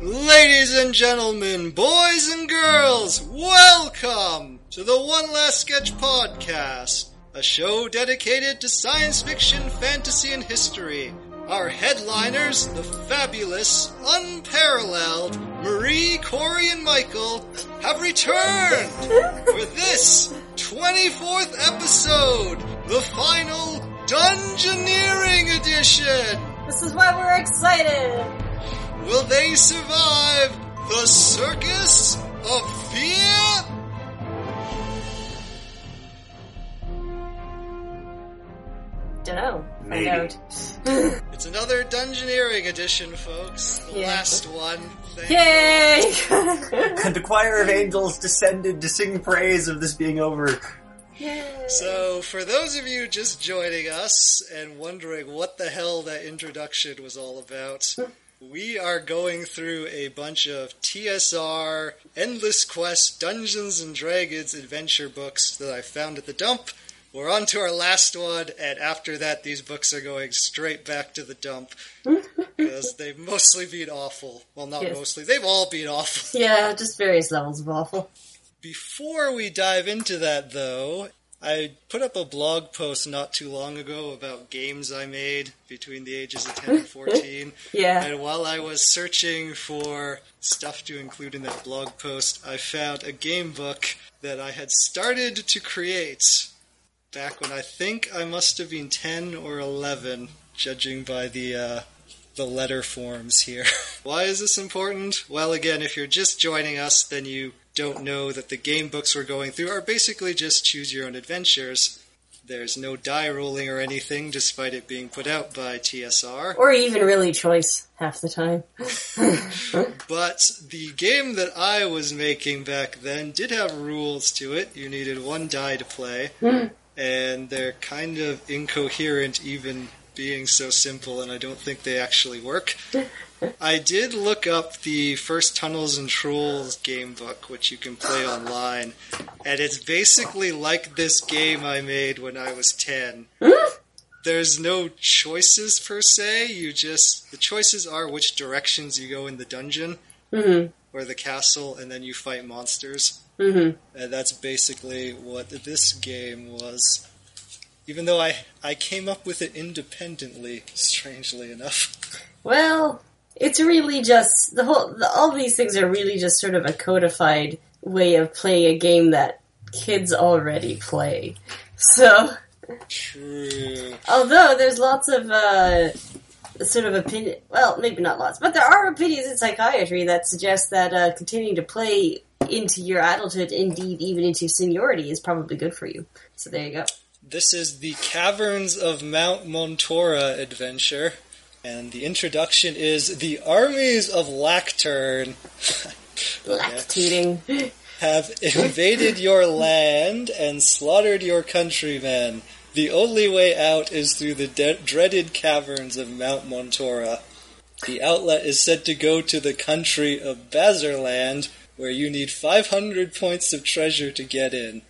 Ladies and gentlemen, boys and girls, welcome to the One Last Sketch Podcast, a show dedicated to science fiction, fantasy, and history. Our headliners, the fabulous, unparalleled Marie, Corey, and Michael, have returned for this 24th episode, the final Dungeoneering Edition. This is why we're excited. Will they survive the circus of fear? Dunno. Maybe. I don't. It's another Dungeoneering edition, folks. The Yeah. last one. Thank- Yay! And the choir of angels descended to sing praise of this being over. Yay! So, for those of you just joining us and wondering what the hell that introduction was all about, we are going through a bunch of TSR, Endless Quest, Dungeons and Dragons adventure books that I found at the dump. We're on to our last one, and after that, these books are going straight back to the dump because they've mostly been awful. Well, not Yes. mostly, they've all been awful. yeah, just various levels of awful. Before we dive into that, though, I put up a blog post not too long ago about games I made between the ages of 10 and 14. Yeah. and while I was searching for stuff to include in that blog post, I found a game book that I had started to create back when I think I must have been 10 or 11, judging by the. Uh, the letter forms here. Why is this important? Well, again, if you're just joining us, then you don't know that the game books we're going through are basically just choose your own adventures. There's no die rolling or anything, despite it being put out by TSR. Or even really choice half the time. Hmm? But the game that I was making back then did have rules to it. You needed one die to play, and they're kind of incoherent, even being so simple, and I don't think they actually work. I did look up the first Tunnels and Trolls game book, which you can play online, and it's basically like this game I made when I was 10 there's no choices per se. You just the choices are which directions you go in the dungeon Mm-hmm. or the castle, and then you fight monsters. Mm-hmm. And that's basically what this game was. Even though I I came up with it independently, strangely enough. Well, it's really just the whole. The, all these things are really just sort of a codified way of playing a game that kids already play. So, True. although there's lots of uh, sort of opinion, well, maybe not lots, but there are opinions in psychiatry that suggest that uh, continuing to play into your adulthood, indeed even into seniority, is probably good for you. So there you go. This is the Caverns of Mount Montora adventure, and the introduction is the armies of Lactern. Lactating. have invaded your land and slaughtered your countrymen. The only way out is through the de- dreaded caverns of Mount Montora. The outlet is said to go to the country of Bazerland, where you need 500 points of treasure to get in.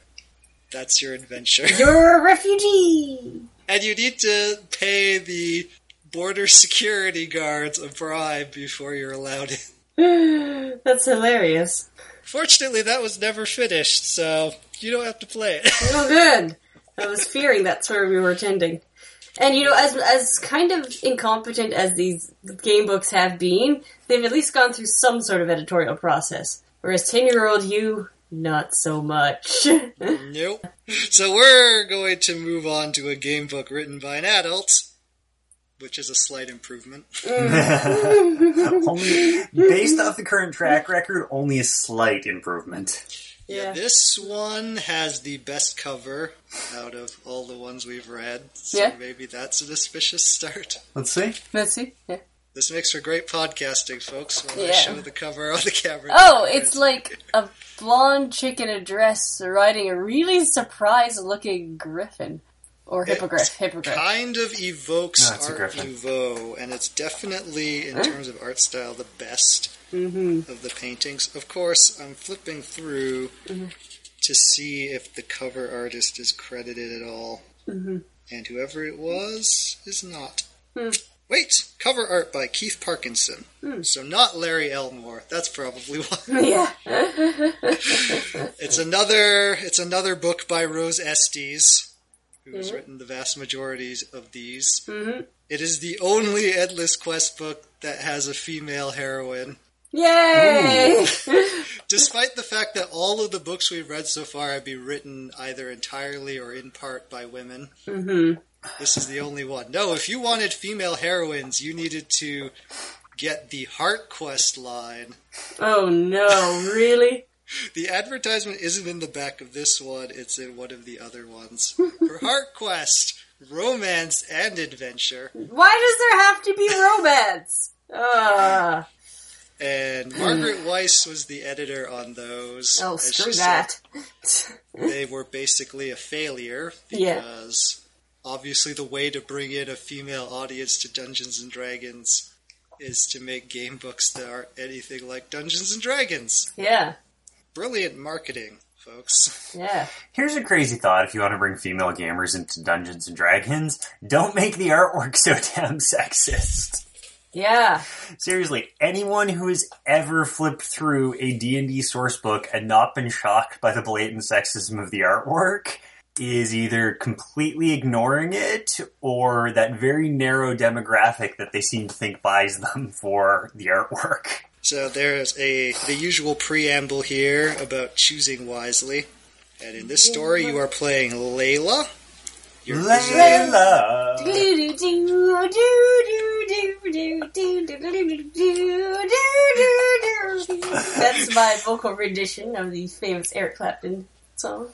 That's your adventure. You're a refugee. and you need to pay the border security guards a bribe before you're allowed in. That's hilarious. Fortunately, that was never finished, so you don't have to play it. Oh, good. I was fearing that's where we were tending. And you know, as as kind of incompetent as these game books have been, they've at least gone through some sort of editorial process. Whereas ten year old you, not so much. Nope. So we're going to move on to a game book written by an adult, which is a slight improvement. Only, based off the current track record, only a slight improvement. yeah. This one has the best cover out of all the ones we've read, so Yeah. maybe that's an auspicious start. Let's see. Let's see. Yeah. This makes for great podcasting, folks, when I Yeah. show the cover on the camera. Oh, it's like a blonde chick in a dress riding a really surprised looking griffin. Or hippogriff. Hippogriff. kind of evokes No, it's a Art griffin. Nouveau, and it's definitely, in terms of art style, the best of the paintings. Of course, I'm flipping through to see if the cover artist is credited at all, and whoever it was is not. Wait, cover art by Keith Parkinson. So not Larry Elmore. That's probably why. yeah. It's another. It's another book by Rose Estes, who has written the vast majority of these. It is the only Endless Quest book that has a female heroine. Yay! Despite the fact that all of the books we've read so far have been written either entirely or in part by women, this is the only one. No, if you wanted female heroines, you needed to get the Heart Quest line. oh no, really? The advertisement isn't in the back of this one, it's in one of the other ones. For Heart Quest, romance and adventure. Why does there have to be romance? Uh, And Margaret Weiss was the editor on those. oh, As screw she that. they were basically a failure Yeah. because obviously the way to bring in a female audience to Dungeons and Dragons is to make game books that aren't anything like Dungeons and Dragons. Yeah, Brilliant marketing, folks. yeah. Here's a crazy thought if you want to bring female gamers into Dungeons and Dragons, don't make the artwork so damn sexist. Yeah. Seriously, anyone who has ever flipped through a D&D sourcebook and not been shocked by the blatant sexism of the artwork is either completely ignoring it or that very narrow demographic that they seem to think buys them for the artwork. So there's a the usual preamble here about choosing wisely. And in this story you are playing Layla. You're visiting- Layla! That's my vocal rendition of the famous Eric Clapton song.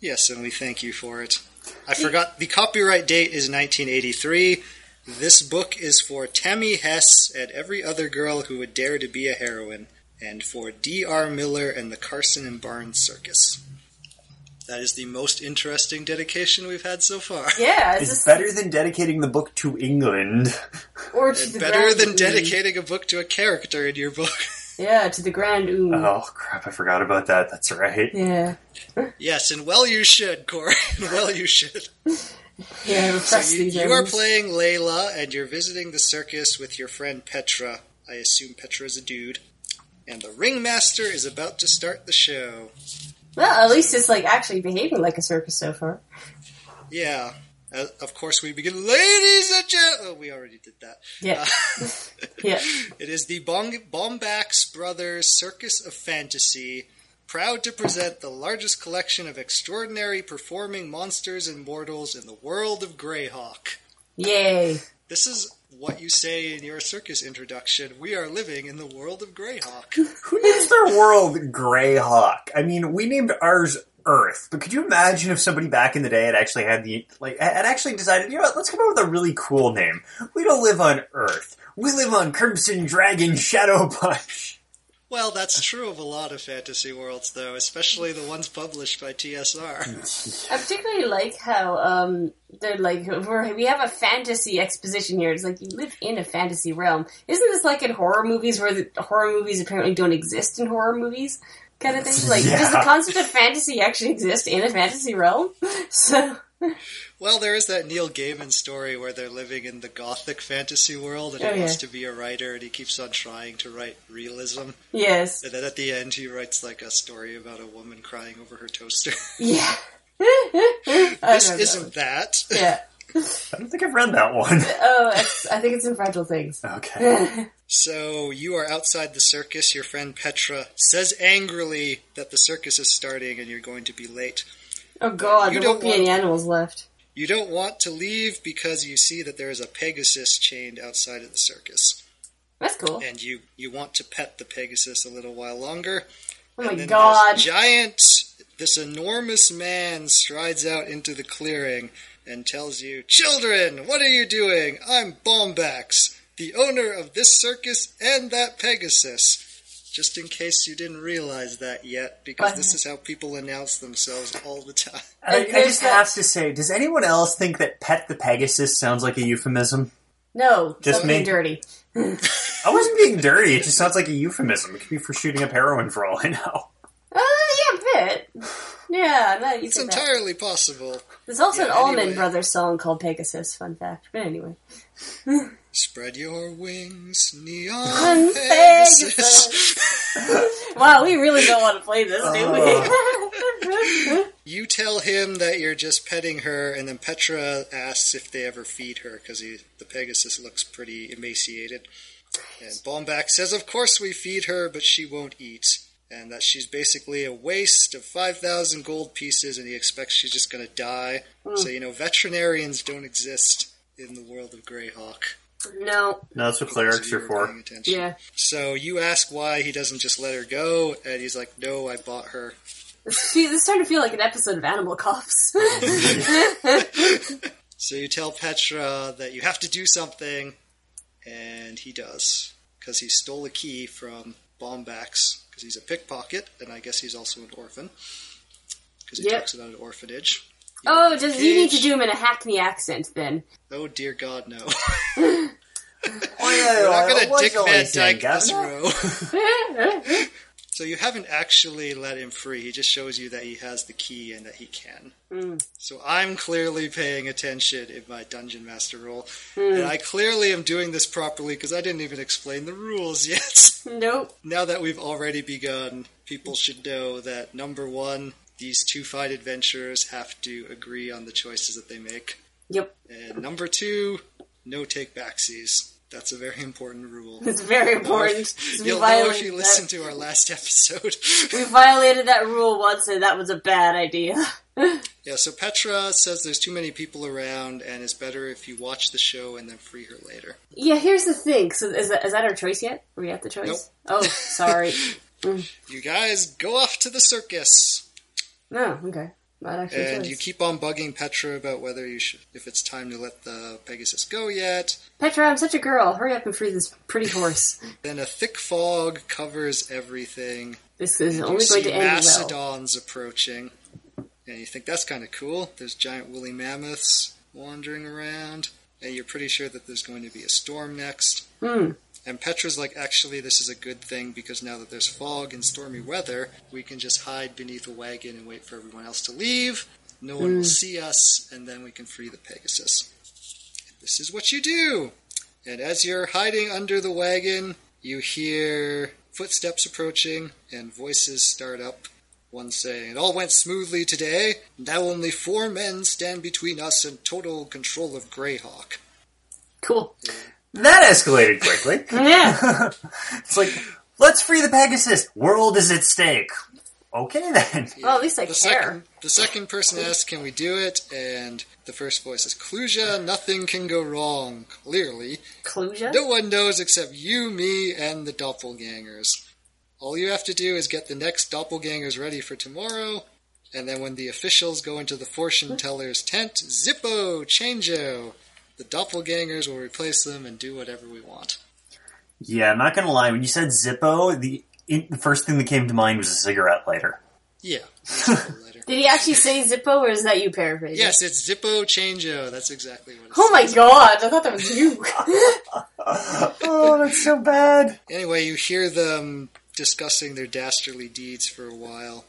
Yes, and we thank you for it. I forgot the copyright date is 1983. This book is for Tammy Hess and every other girl who would dare to be a heroine, and for D.R. Miller and the Carson and Barnes Circus. That is the most interesting dedication we've had so far. Yeah, it's It's just, better than dedicating the book to England. or to And the better grand than oom. dedicating a book to a character in your book. Yeah, to the grand oom. Oh crap, I forgot about that. That's right. Yeah, yes, and well you should, Corey. well you should. yeah. Repress You, these you are items. playing Layla, and you're visiting the circus with your friend Petra. I assume Petra is a dude. And the ringmaster is about to start the show. Well, at least it's like actually behaving like a circus so far. Yeah. Uh, of course, we begin. Ladies and gentlemen, oh, we already did that. Yeah, yeah. It is the Bong- Bombax Brothers Circus of Fantasy, proud to present the largest collection of extraordinary performing monsters and mortals in the world of Greyhawk. Yay. This is what you say in your circus introduction. We are living in the world of Greyhawk. Who names their world Greyhawk? I mean, we named ours Earth, but could you imagine if somebody back in the day had actually had the like had actually decided, you know what, let's come up with a really cool name. We don't live on Earth. We live on Crimson Dragon Shadow Punch. Well, that's true of a lot of fantasy worlds, though, especially the ones published by Hmm. TSR. I particularly like how um, they're like we're, we have a fantasy exposition here. It's like you live in a fantasy realm. Isn't this like in horror movies where the horror movies apparently don't exist in horror movies? Kind of thing. Like does the Yeah. concept of fantasy actually exist in a fantasy realm? So Well, there is that Neil Gaiman story where they're living in the gothic fantasy world and Oh, he wants yeah. to be a writer and he keeps on trying to write realism. yes, And then at the end, he writes like a story about a woman crying over her toaster. yeah. I this don't know. isn't that. Yeah. I don't think I've read that one. Oh, it's, I think it's in Fragile Things. Okay. So you are outside the circus. Your friend Petra says angrily that the circus is starting and you're going to be late. Oh God, You there won't don't be any want- animals left. You don't want to leave because you see that there is a Pegasus chained outside of the circus, That's cool. and you you want to pet the Pegasus a little while longer. Oh my and then God. this giant, this enormous man strides out into the clearing and tells you, "Children, what are you doing? I'm Bombax, the owner of this circus and that Pegasus." Just in case you didn't realize that yet, because But- this is how people announce themselves all the time. I, I there's just that- have to say, does anyone else think that pet the Pegasus sounds like a euphemism? No, Just something me. dirty. I wasn't being dirty, it just sounds like a euphemism. It could be for shooting up heroin for all I know. Uh, yeah, a bit. Yeah, I'm not It's using that. entirely possible. There's also yeah, an Allman anyway. Brothers song called Pegasus, fun fact. But anyway. Spread your wings, Neon neon Pegasus. Pegasus. Wow, we really don't want to play this, do we? you tell him that you're just petting her, and then Petra asks if they ever feed her because the Pegasus looks pretty emaciated. And Bomback says, "Of course we feed her, but she won't eat." And that she's basically a waste of 5,000 gold pieces, and he expects she's just going to die. So, you know, veterinarians don't exist in the world of Greyhawk. no. No, Those that's what of clerics you are who for. paying attention. Yeah. So you ask why he doesn't just let her go, and he's like, "No, I bought her." This, fe- this is starting to feel like an episode of Animal Cops. So you tell Petra that you have to do something, and he does because he stole a key from Bombax because he's a pickpocket, and I guess he's also an orphan because he Yep. talks about an orphanage. oh, does you need to Cage. do him in a Hackney accent then? Oh dear God, no! Oh, yeah, We're not I going to was dick only Van saying, Dyke this Governor. row. So you haven't actually let him free. He just shows you that he has the key and that he can. So I'm clearly paying attention in my dungeon master role, and I clearly am doing this properly because I didn't even explain the rules yet. nope. now that we've already begun, people should know that number one, these two fight adventurers have to agree on the choices that they make, Yep. and number two, no take backsies. That's a very important rule. It's very important. We You'll know if violated you that- listen to our last episode. We violated that rule once, and that was a bad idea. Yeah, so Petra says there's too many people around, and it's better if you watch the show and then free her later. yeah, here's the thing. So is that, is that our choice yet? Are we at the choice? Oh, sorry. You guys go off to the circus, no, Oh, okay. Not actually a and choice. you keep on bugging Petra about whether you should, if it's time to let the Pegasus go yet. Petra, I'm such a girl. Hurry up and free this pretty horse. Then a thick fog covers everything. This is You only see going to end well. Macedons approaching, and you think that's kind of cool. There's giant woolly mammoths wandering around, and you're pretty sure that there's going to be a storm next. Hmm. And Petra's like, actually, this is a good thing because now that there's fog and stormy weather, we can just hide beneath a wagon and wait for everyone else to leave. No one will see us, and then we can free the Pegasus. This is what you do. And as you're hiding under the wagon, you hear footsteps approaching and voices start up. One saying, It all went smoothly today. Now only four men stand between us and total control of Greyhawk. Cool. That escalated quickly. Yeah. It's like, let's free the Pegasus. World is at stake. Okay then. Well, at least I the care. Second, the second person asks, "Can we do it?" And the first voice is, "Cluja, nothing can go wrong. Clearly, Cluja? no one knows except you, me, and the doppelgangers. All you have to do is get the next doppelgangers ready for tomorrow." And then when the officials go into the fortune teller's tent, Zippo, Changeo, the doppelgangers will replace them and do whatever we want. Yeah, I'm not gonna lie. When you said Zippo, the, in, the first thing that came to mind was a cigarette lighter. Yeah. Zippo later. Did he actually say Zippo, or is that you paraphrasing? Yes, it's Zippo Changeo. That's exactly what it's Oh my god, I thought that was you. Oh, that's so bad. Anyway, you hear them discussing their dastardly deeds for a while,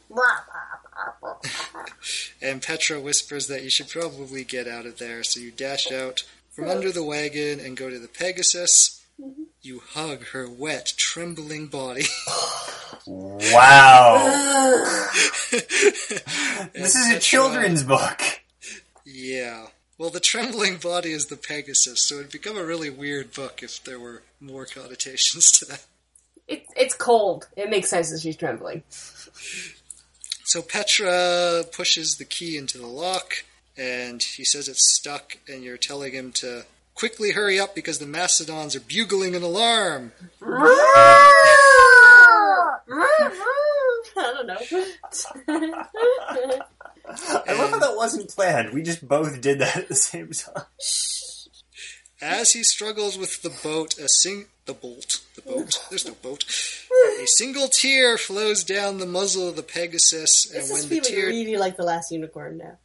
and Petra whispers that you should probably get out of there, so you dash out from under the wagon and go to the Pegasus. You hug her wet, trembling body. Wow. this is a Petra- children's book. Yeah. Well, the trembling body is the Pegasus, so it'd become a really weird book if there were more connotations to that. it, it's cold. It makes sense that she's trembling. So Petra pushes the key into the lock, and he says it's stuck, and you're telling him to quickly hurry up because the Macedons are bugling an alarm. I don't know. I love how that wasn't planned. We just both did that at the same time. As he struggles with the boat, a sing the bolt, the boat. There's no boat. A single tear flows down the muzzle of the Pegasus, and this when is the feeling tear really like the last unicorn now.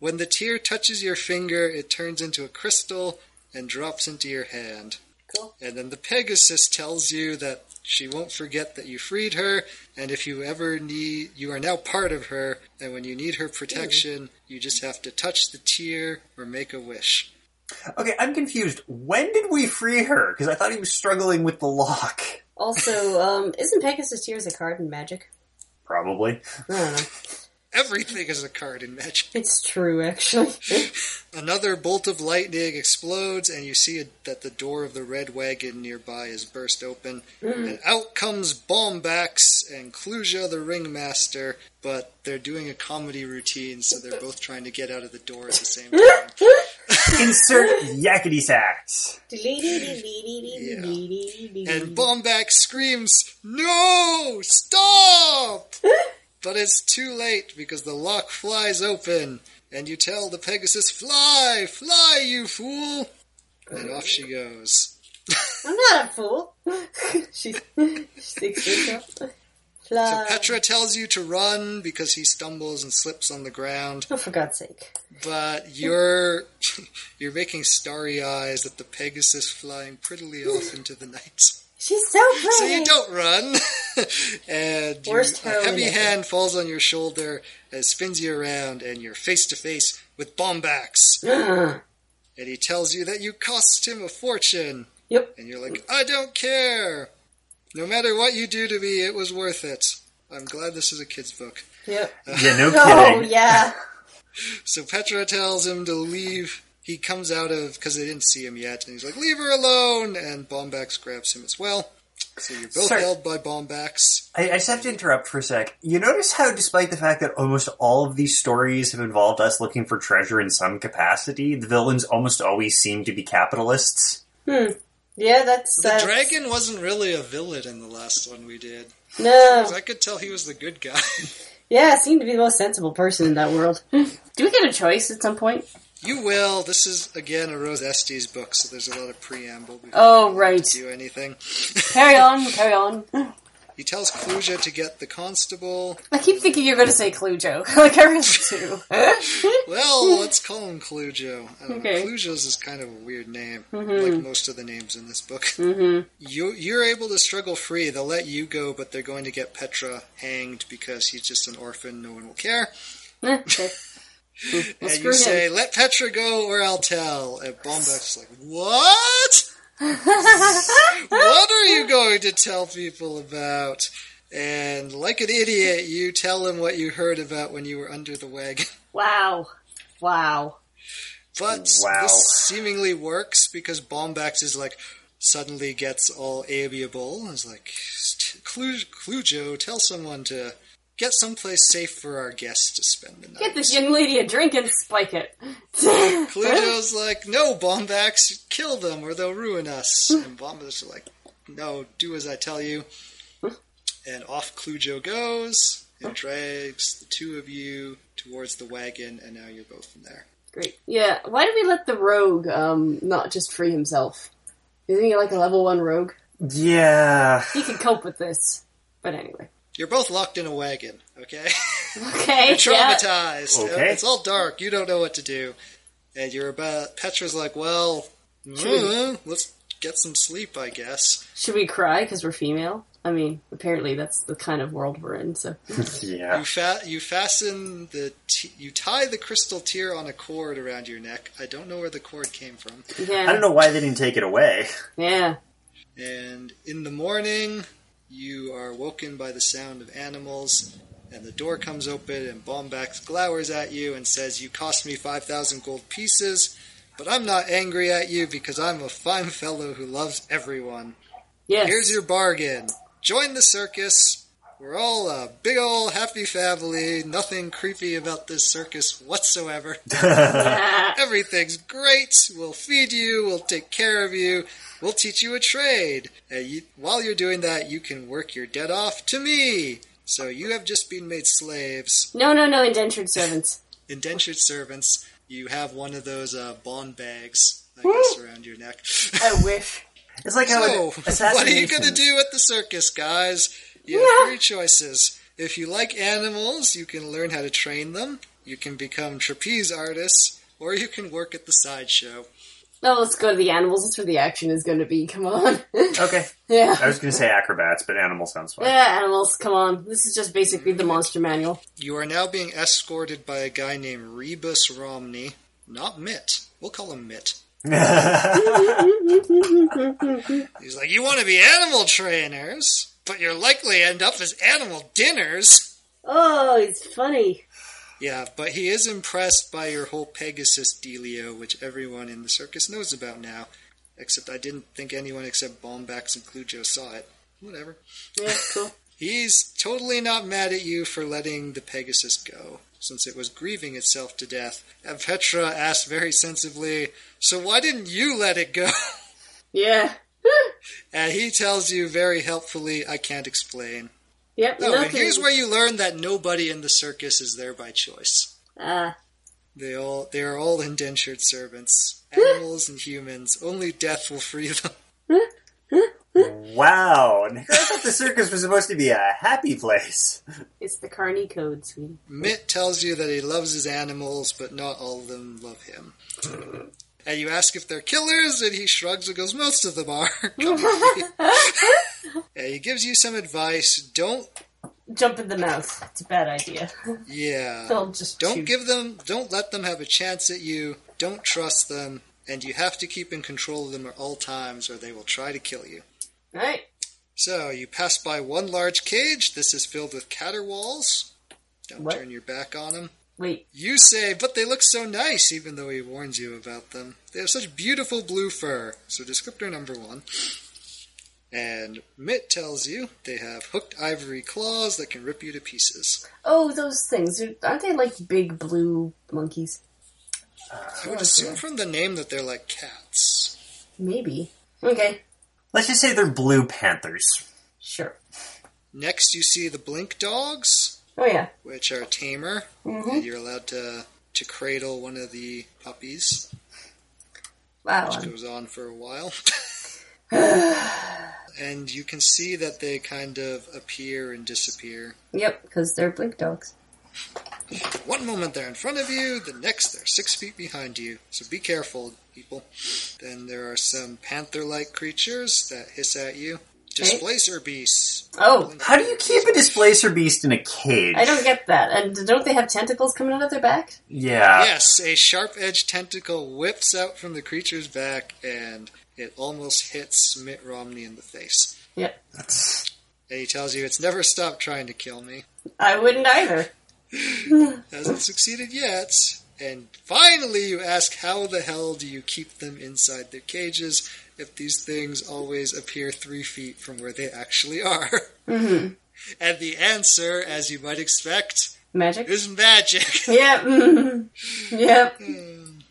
when the tear touches your finger, it turns into a crystal and drops into your hand. Cool. And then the Pegasus tells you that she won't forget that you freed her, and if you ever need, you are now part of her, and when you need her protection, you just have to touch the tear or make a wish. Okay, I'm confused. When did we free her? Because I thought he was struggling with the lock. Also, um, isn't Pegasus Tears a card in Magic? Probably. I don't know. Everything is a card in Magic. It's true, actually. Another bolt of lightning explodes, and you see that the door of the red wagon nearby is burst open. And out comes Bombax and Kluja the ringmaster, but they're doing a comedy routine, so they're both trying to get out of the door at the same time. Insert yakety sax. And Bombax screams, No! Stop! but it's too late because the lock flies open, and you tell the Pegasus, Fly! Fly, you fool! And off she goes. I'm not a fool. she, she sticks herself. So Fly. Petra tells you to run because he stumbles and slips on the ground, Oh, for God's sake. but you're you're making starry eyes at the Pegasus flying prettily off into the night. She's so pretty. So you don't run, and you, Worst a heroine heavy ever. hand falls on your shoulder and spins you around, and you're face to face with Bombax. Ah, and he tells you that you cost him a fortune. Yep. And you're like, I don't care. No matter what you do to me, it was worth it. I'm glad this is a kid's book. Yep. Yeah, no Oh, kidding. yeah. So Petra tells him to leave. He comes out of because they didn't see him yet, and he's like, "Leave her alone!" And Bombax grabs him as well. So you're both Sir. held by Bombax. I, I just have to interrupt for a sec. You notice how, despite the fact that almost all of these stories have involved us looking for treasure in some capacity, the villains almost always seem to be capitalists. Yeah, that's. The uh, that's- dragon wasn't really a villain in the last one we did. No. 'Cause I could tell he was the good guy. Yeah, seemed to be the most sensible person in that world. Do we get a choice at some point? you will. This is again a Rose Estes book, so there's a lot of preamble. before Oh, you right. Do anything. Carry on, carry on. He tells Kluja to get the constable. I keep thinking you're going to say Clujo. like I really do. Well, let's call him Clujo. I don't Hmm. Okay. Mm-hmm. know. Clujo's is kind of a weird name, like most of the names in this book. Mm-hmm. You, you're able to struggle free. They'll let you go, but they're going to get Petra hanged because he's just an orphan. No one will care. Eh, okay. Well, and screw you him. say, "Let Petra go, or I'll tell." And Bombeck's like, "What? what are you going to tell people about?" And like an idiot, you tell him what you heard about when you were under the wagon. Wow. Wow. But Wow. this seemingly works because Bombax is like suddenly gets all amiable and is like, "Clu- Clujo, tell someone to get someplace safe for our guests to spend the night. Get this young lady a drink and spike it. Clujo's like, no, Bombax, kill them or they'll ruin us. And Bombax is like, no, do as I tell you. And off Clujo goes and drags the two of you towards the wagon, and now you're both in there. Great. Yeah, why did we let the rogue um, not just free himself? Isn't he like a level one rogue? Yeah. He can cope with this. But anyway. You're both locked in a wagon, okay? Okay. yeah. Traumatized. Uh, Okay. It's all dark. You don't know what to do. And you're about. Petra's like, well, mm, let's get some sleep, I guess. Should we cry because we're female? I mean, apparently that's the kind of world we're in, so. Yeah. You fa- you fasten the t- you tie the crystal tear on a cord around your neck. I don't know where the cord came from. Yeah. I don't know why they didn't take it away. Yeah. And in the morning, you are woken by the sound of animals, and the door comes open, and Bombax glowers at you and says, "You cost me five thousand gold pieces." But I'm not angry at you because I'm a fine fellow who loves everyone. Yes. Here's your bargain. Join the circus. We're all a big ol' happy family. Nothing creepy about this circus whatsoever. Everything's great. We'll feed you. We'll take care of you. We'll teach you a trade. And you, while you're doing that, you can work your debt off to me. So you have just been made slaves, No, no, no, indentured servants. indentured servants. You have one of those uh, bond bags, I guess, around your neck. I wish. It's like how So, what are you going to assassinations- do at the circus, guys? You have three choices. If you like animals, you can learn how to train them, you can become trapeze artists, or you can work at the sideshow. Oh, No, let's go to the animals. That's where the action is going to be. Come on. Okay. yeah. I was going to say acrobats, but animal sounds fun. Yeah, Eh, animals, come on. This is just basically the monster manual. You are now being escorted by a guy named Rebus Romney, not Mitt. We'll call him Mitt. He's like, You want to be animal trainers, but you'll likely end up as animal dinners. Oh, it's funny. Yeah, but he is impressed by your whole Pegasus dealio, which everyone in the circus knows about now. Except I didn't think anyone except Bombax and Clujo saw it. Whatever. Yeah, cool. He's totally not mad at you for letting the Pegasus go, since it was grieving itself to death. And Petra asked very sensibly, So why didn't you let it go? Yeah. And he tells you very helpfully, I can't explain. Yep. Oh, and nothing. here's where you learn that nobody in the circus is there by choice. Ah, They all they are all indentured servants. Animals and humans. Only death will free them. Wow. I thought the circus was supposed to be a happy place. it's the Carney Code, sweetie. Mitt tells you that he loves his animals, but not all of them love him. And you ask if they're killers, and he shrugs and goes, Most of them are. Come on." and he gives you some advice. Don't, Jump in the mouth. It's a bad idea. yeah. They'll just Don't shoot. give them, don't let them have a chance at you. Don't trust them. And you have to keep in control of them at all times, or they will try to kill you. Right. So you pass by one large cage. This is filled with caterwauls. Don't What? turn your back on them. Wait. You say, but they look so nice, even though he warns you about them. They have such beautiful blue fur. So, descriptor number one. And Mitt tells you they have hooked ivory claws that can rip you to pieces. Oh, those things. Are- Aren't they like big blue monkeys? I Oh, would assume from the name that they're like cats. Maybe. Okay. Let's just say they're blue panthers. Sure. Next, you see the blink dogs, Oh, yeah. which are tamer, and you're allowed to, to cradle one of the puppies. Wow. which goes on for a while. and you can see that they kind of appear and disappear. Yep, because they're blink dogs. One moment they're in front of you, the next they're six feet behind you. So be careful, people. Then there are some panther like creatures that hiss at you. Displacer beasts. Oh, How do you keep a displacer beast in a cage? I don't get that. And don't they have tentacles coming out of their back? Yeah. Yes, a sharp edged tentacle whips out from the creature's back and it almost hits Mitt Romney in the face. Yep. And he tells you it's never stopped trying to kill me. I wouldn't either. hasn't succeeded yet. And finally, you ask, how the hell do you keep them inside their cages if these things always appear three feet from where they actually are? Mm-hmm. And the answer, as you might expect, Magic? is magic. Yep. mhm. yep.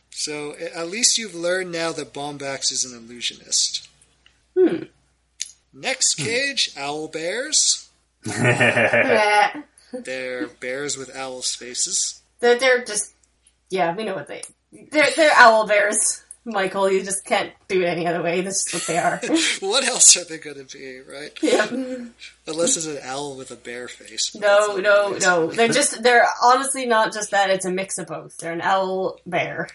so a- at least you've learned now that Bombax is an illusionist. Hmm. Next cage, owl bears. Yeah. They're bears with owl faces. They're, they're just. Yeah, we know what they. They're, they're owl bears, Michael. You just can't do it any other way. That's just what they are. What else are they going to be, right? yep. Unless it's an owl with a bear face. No, no, no. They're just. They're honestly not just that. It's a mix of both. They're an owl bear.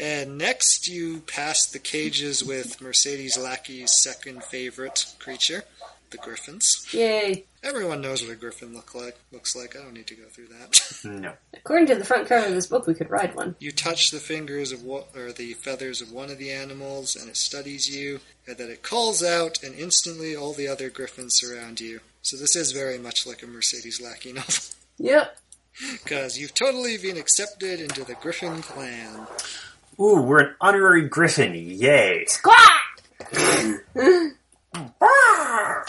And next, you pass the cages with Mercedes Lackey's second favorite creature, the griffins. Yay. Everyone knows what a griffin look like. Looks like I don't need to go through that. no. According to the front cover of this book, we could ride one. you touch the fingers of what, or the feathers of one of the animals, and it studies you, and then it calls out, and instantly all the other griffins surround you. So this is very much like a Mercedes Lackey novel, Yep. because you've totally been accepted into the Griffin clan. Ooh, we're an honorary griffin. Yay. Quack!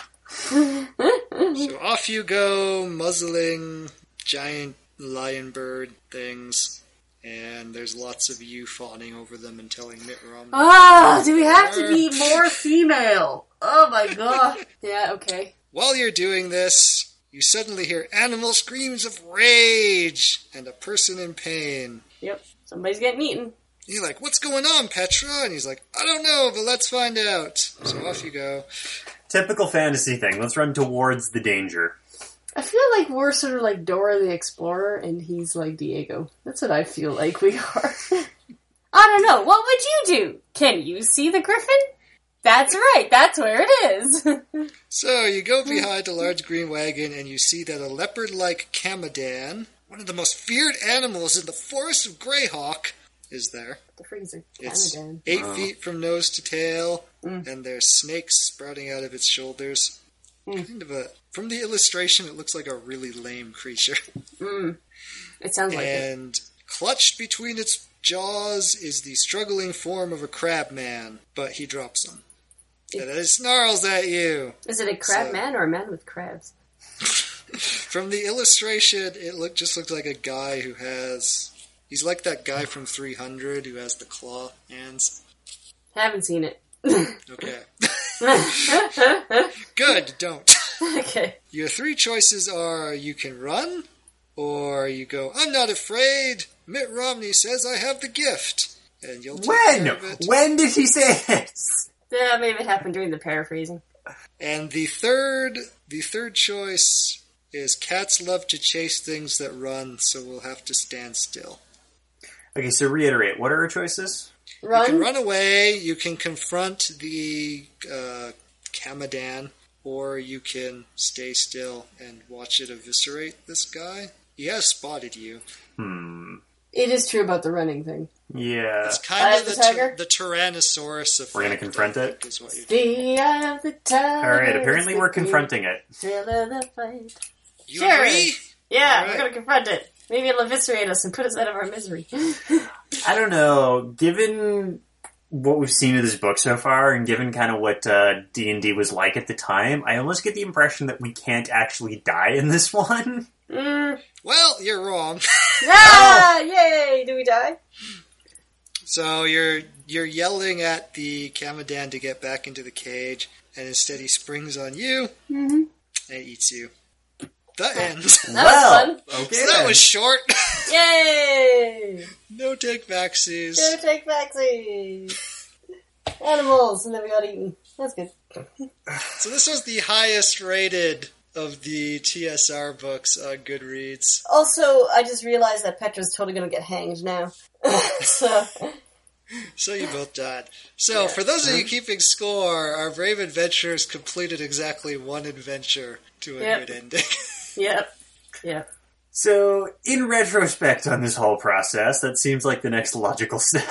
Ah! So off you go, muzzling giant lion bird things, and there's lots of you fawning over them and telling Mitt Romney. Ah, do we have to be more female? Oh my god. Yeah, okay. While you're doing this, you suddenly hear animal screams of rage and a person in pain. Yep. Somebody's getting eaten. You're like, what's going on, Petra? And he's like, I don't know, but let's find out. So off you go. Typical fantasy thing. Let's run towards the danger. I feel like we're sort of like Dora the Explorer, and he's like Diego. That's what I feel like we are. I don't know. What would you do? Can you see the griffin? That's right. That's where it is. So you go behind a large green wagon and you see that a leopard like Camadan, one of the most feared animals in the forest of Greyhawk, is there. The freezer. It's Camadan. eight Wow. feet from nose to tail, Mm. and there's snakes sprouting out of its shoulders. Mm. Kind of a. From the illustration, it looks like a really lame creature. It sounds like it. and clutched between its jaws is the struggling form of a crab man, but he drops him. And it snarls at you. Is it a crab so- man or a man with crabs? From the illustration, it look just looked like a guy who has. He's like that guy from 300 who has the claw hands. Haven't seen it. Okay. Good, don't. okay. Your three choices are you can run, or you go, I'm not afraid. Mitt Romney says I have the gift. And you'll take care When? of it. When did he say this? Yeah, maybe it happened during the paraphrasing. And the third, the third choice is cats love to chase things that run, so we'll have to stand still. Okay, so reiterate. What are our choices? You Run. can run away. You can confront the uh, Kamadan, or you can stay still and watch it eviscerate this guy. He has spotted you. Hmm. It is true about the running thing. Yeah. It's kind Eye of of the the, ty- tiger? the Tyrannosaurus effect. We're gonna confront I it? think, Is what you The eye of the tiger. All right. Apparently, is we're the confronting it. thrill of the fight. you Sure. agree? Yeah, All right. we're gonna confront it. Maybe it'll eviscerate us and put us out of our misery. I don't know. Given what we've seen of this book so far, and given kind of what uh, D and D was like at the time, I almost get the impression that we can't actually die in this one. mm. Well, you're wrong. Ah! Yay! Do we die? So you're you're yelling at the Kamadan to get back into the cage, and instead he springs on you and eats you. The end. so That was well, okay. that was short. Yay! no take backsies. Go take vaccines. Animals, and then we got eaten. That's good. So this was the highest rated of the TSR books on Goodreads. Also, I just realized that Petra's totally gonna get hanged now. so, So you both died. So for those Uh-huh. of you keeping score, our brave adventurers completed exactly one adventure to a Yep. good ending. yep. Yep. so, in retrospect, on this whole process, that seems like the next logical step.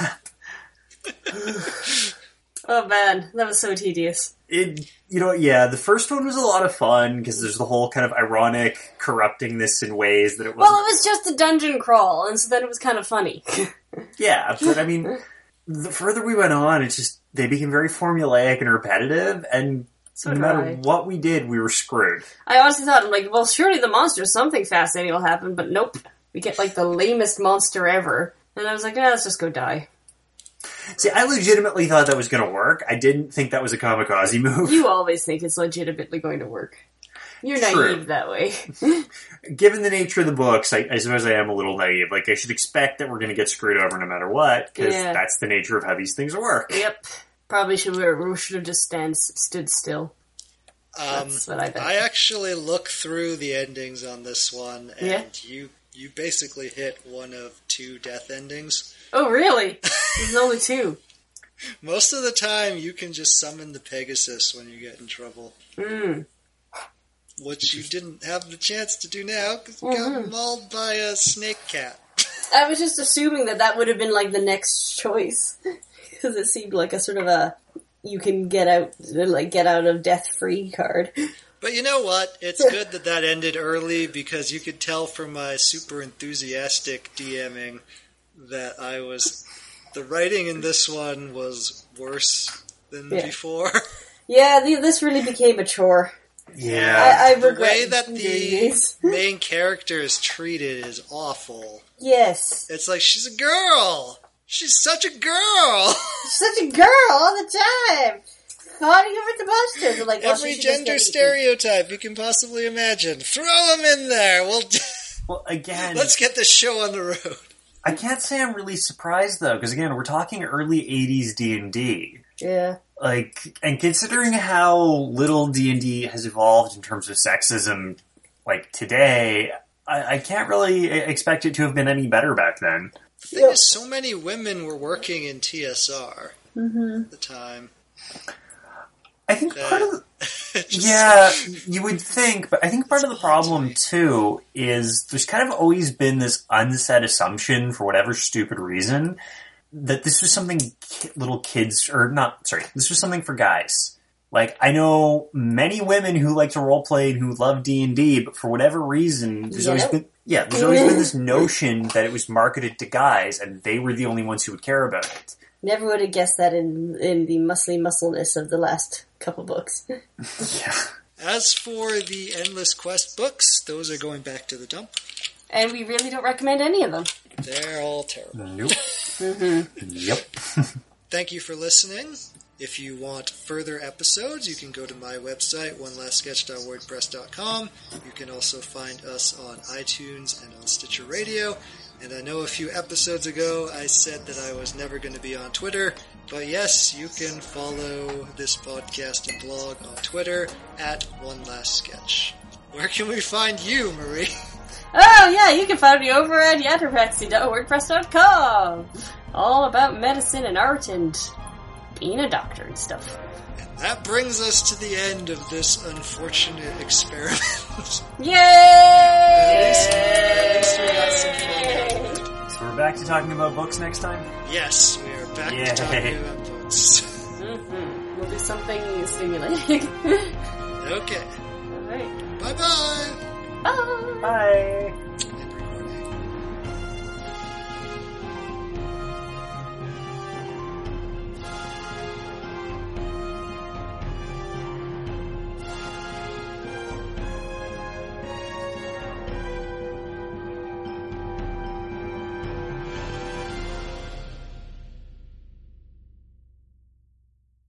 Oh man, that was so tedious. it you know yeah the first one was a lot of fun because there's the whole kind of ironic corrupting this in ways that it was Well, it was just a dungeon crawl, and so then it was kind of funny. yeah but i mean the further we went on it's just they became very formulaic and repetitive and So no did matter I. what we did we were screwed I honestly thought, I'm like, well, surely the monster, something fascinating will happen, but nope. We get like the lamest monster ever. And I was like, yeah, let's just go die. see i legitimately thought that was going to work i didn't think that was a kamikaze move You always think it's legitimately going to work. You're True. naive that way. given the nature of the books I, I suppose i am a little naive like i should expect that we're going to get screwed over no matter what because Yeah. that's the nature of how these things work yep. Probably should we, we should have just stand stood still. Um, That's what I bet. I actually looked through the endings on this one, and Yeah. you you basically hit one of two death endings. Oh really? There's only two. Most of the time, you can just summon the Pegasus when you get in trouble, Mm. which you didn't have the chance to do now because you got Mm-hmm. mauled by a snake cat. I was just assuming that that would have been like the next choice because it seemed like a sort of a you can get out like get out of death free card. But you know what? It's good that that ended early because you could tell from my super enthusiastic DMing that I was. The writing in this one was worse than Yeah. before. Yeah, the, this really became a chore. yeah I, I the regret way that doing the this. main character is treated is awful. yes, It's like she's a girl. She's such a girl. such a girl all the time. Fighting over the monsters. I'm Like well, she Every should just gender get eaten. stereotype you can possibly imagine. Throw them in there. We'll well again let's get this show on the road. I can't say I'm really surprised though, because again, we're talking early '80s D and D. Yeah, Like, and considering how little D and D has evolved in terms of sexism, e-, like today, I, I can't really expect it to have been any better back then. The thing is, so many women were working in TSR Mm-hmm. at the time. I think that- part of the, just- yeah, you would think, but I think part of the problem too is there's kind of always been this unsaid assumption for whatever stupid reason that this was something ki- little kids or not sorry, this was something for guys. Like I know many women who like to role play and who love D and D, but for whatever reason, there's always Yep. been yeah, there's always been this notion that it was marketed to guys and they were the only ones who would care about it. Never would have guessed that in in the muscly muscleness of the last couple books. Yeah. As for the Endless Quest books, those are going back to the dump. And we really don't recommend any of them. They're all terrible. Nope. Yep. Thank you for listening. If you want further episodes, you can go to my website, onelastsketch.wordpress.com. You can also find us on iTunes and on Stitcher Radio. And I know a few episodes ago I said that I was never going to be on Twitter, but yes, you can follow this podcast and blog on Twitter at One Last Sketch. Where can we find you, Marie? Oh yeah, you can find me over at yadrapaxi.wordpress.com. All about medicine and art and being a doctor and stuff. That brings us to the end of this unfortunate experiment. Yay! At least, at least we got some fun out of it. So we're back to talking about books next time. Yes, we are back Yay. to talking about books. Mhm. We'll do something stimulating. Okay, Alright. bye bye. Bye! Bye.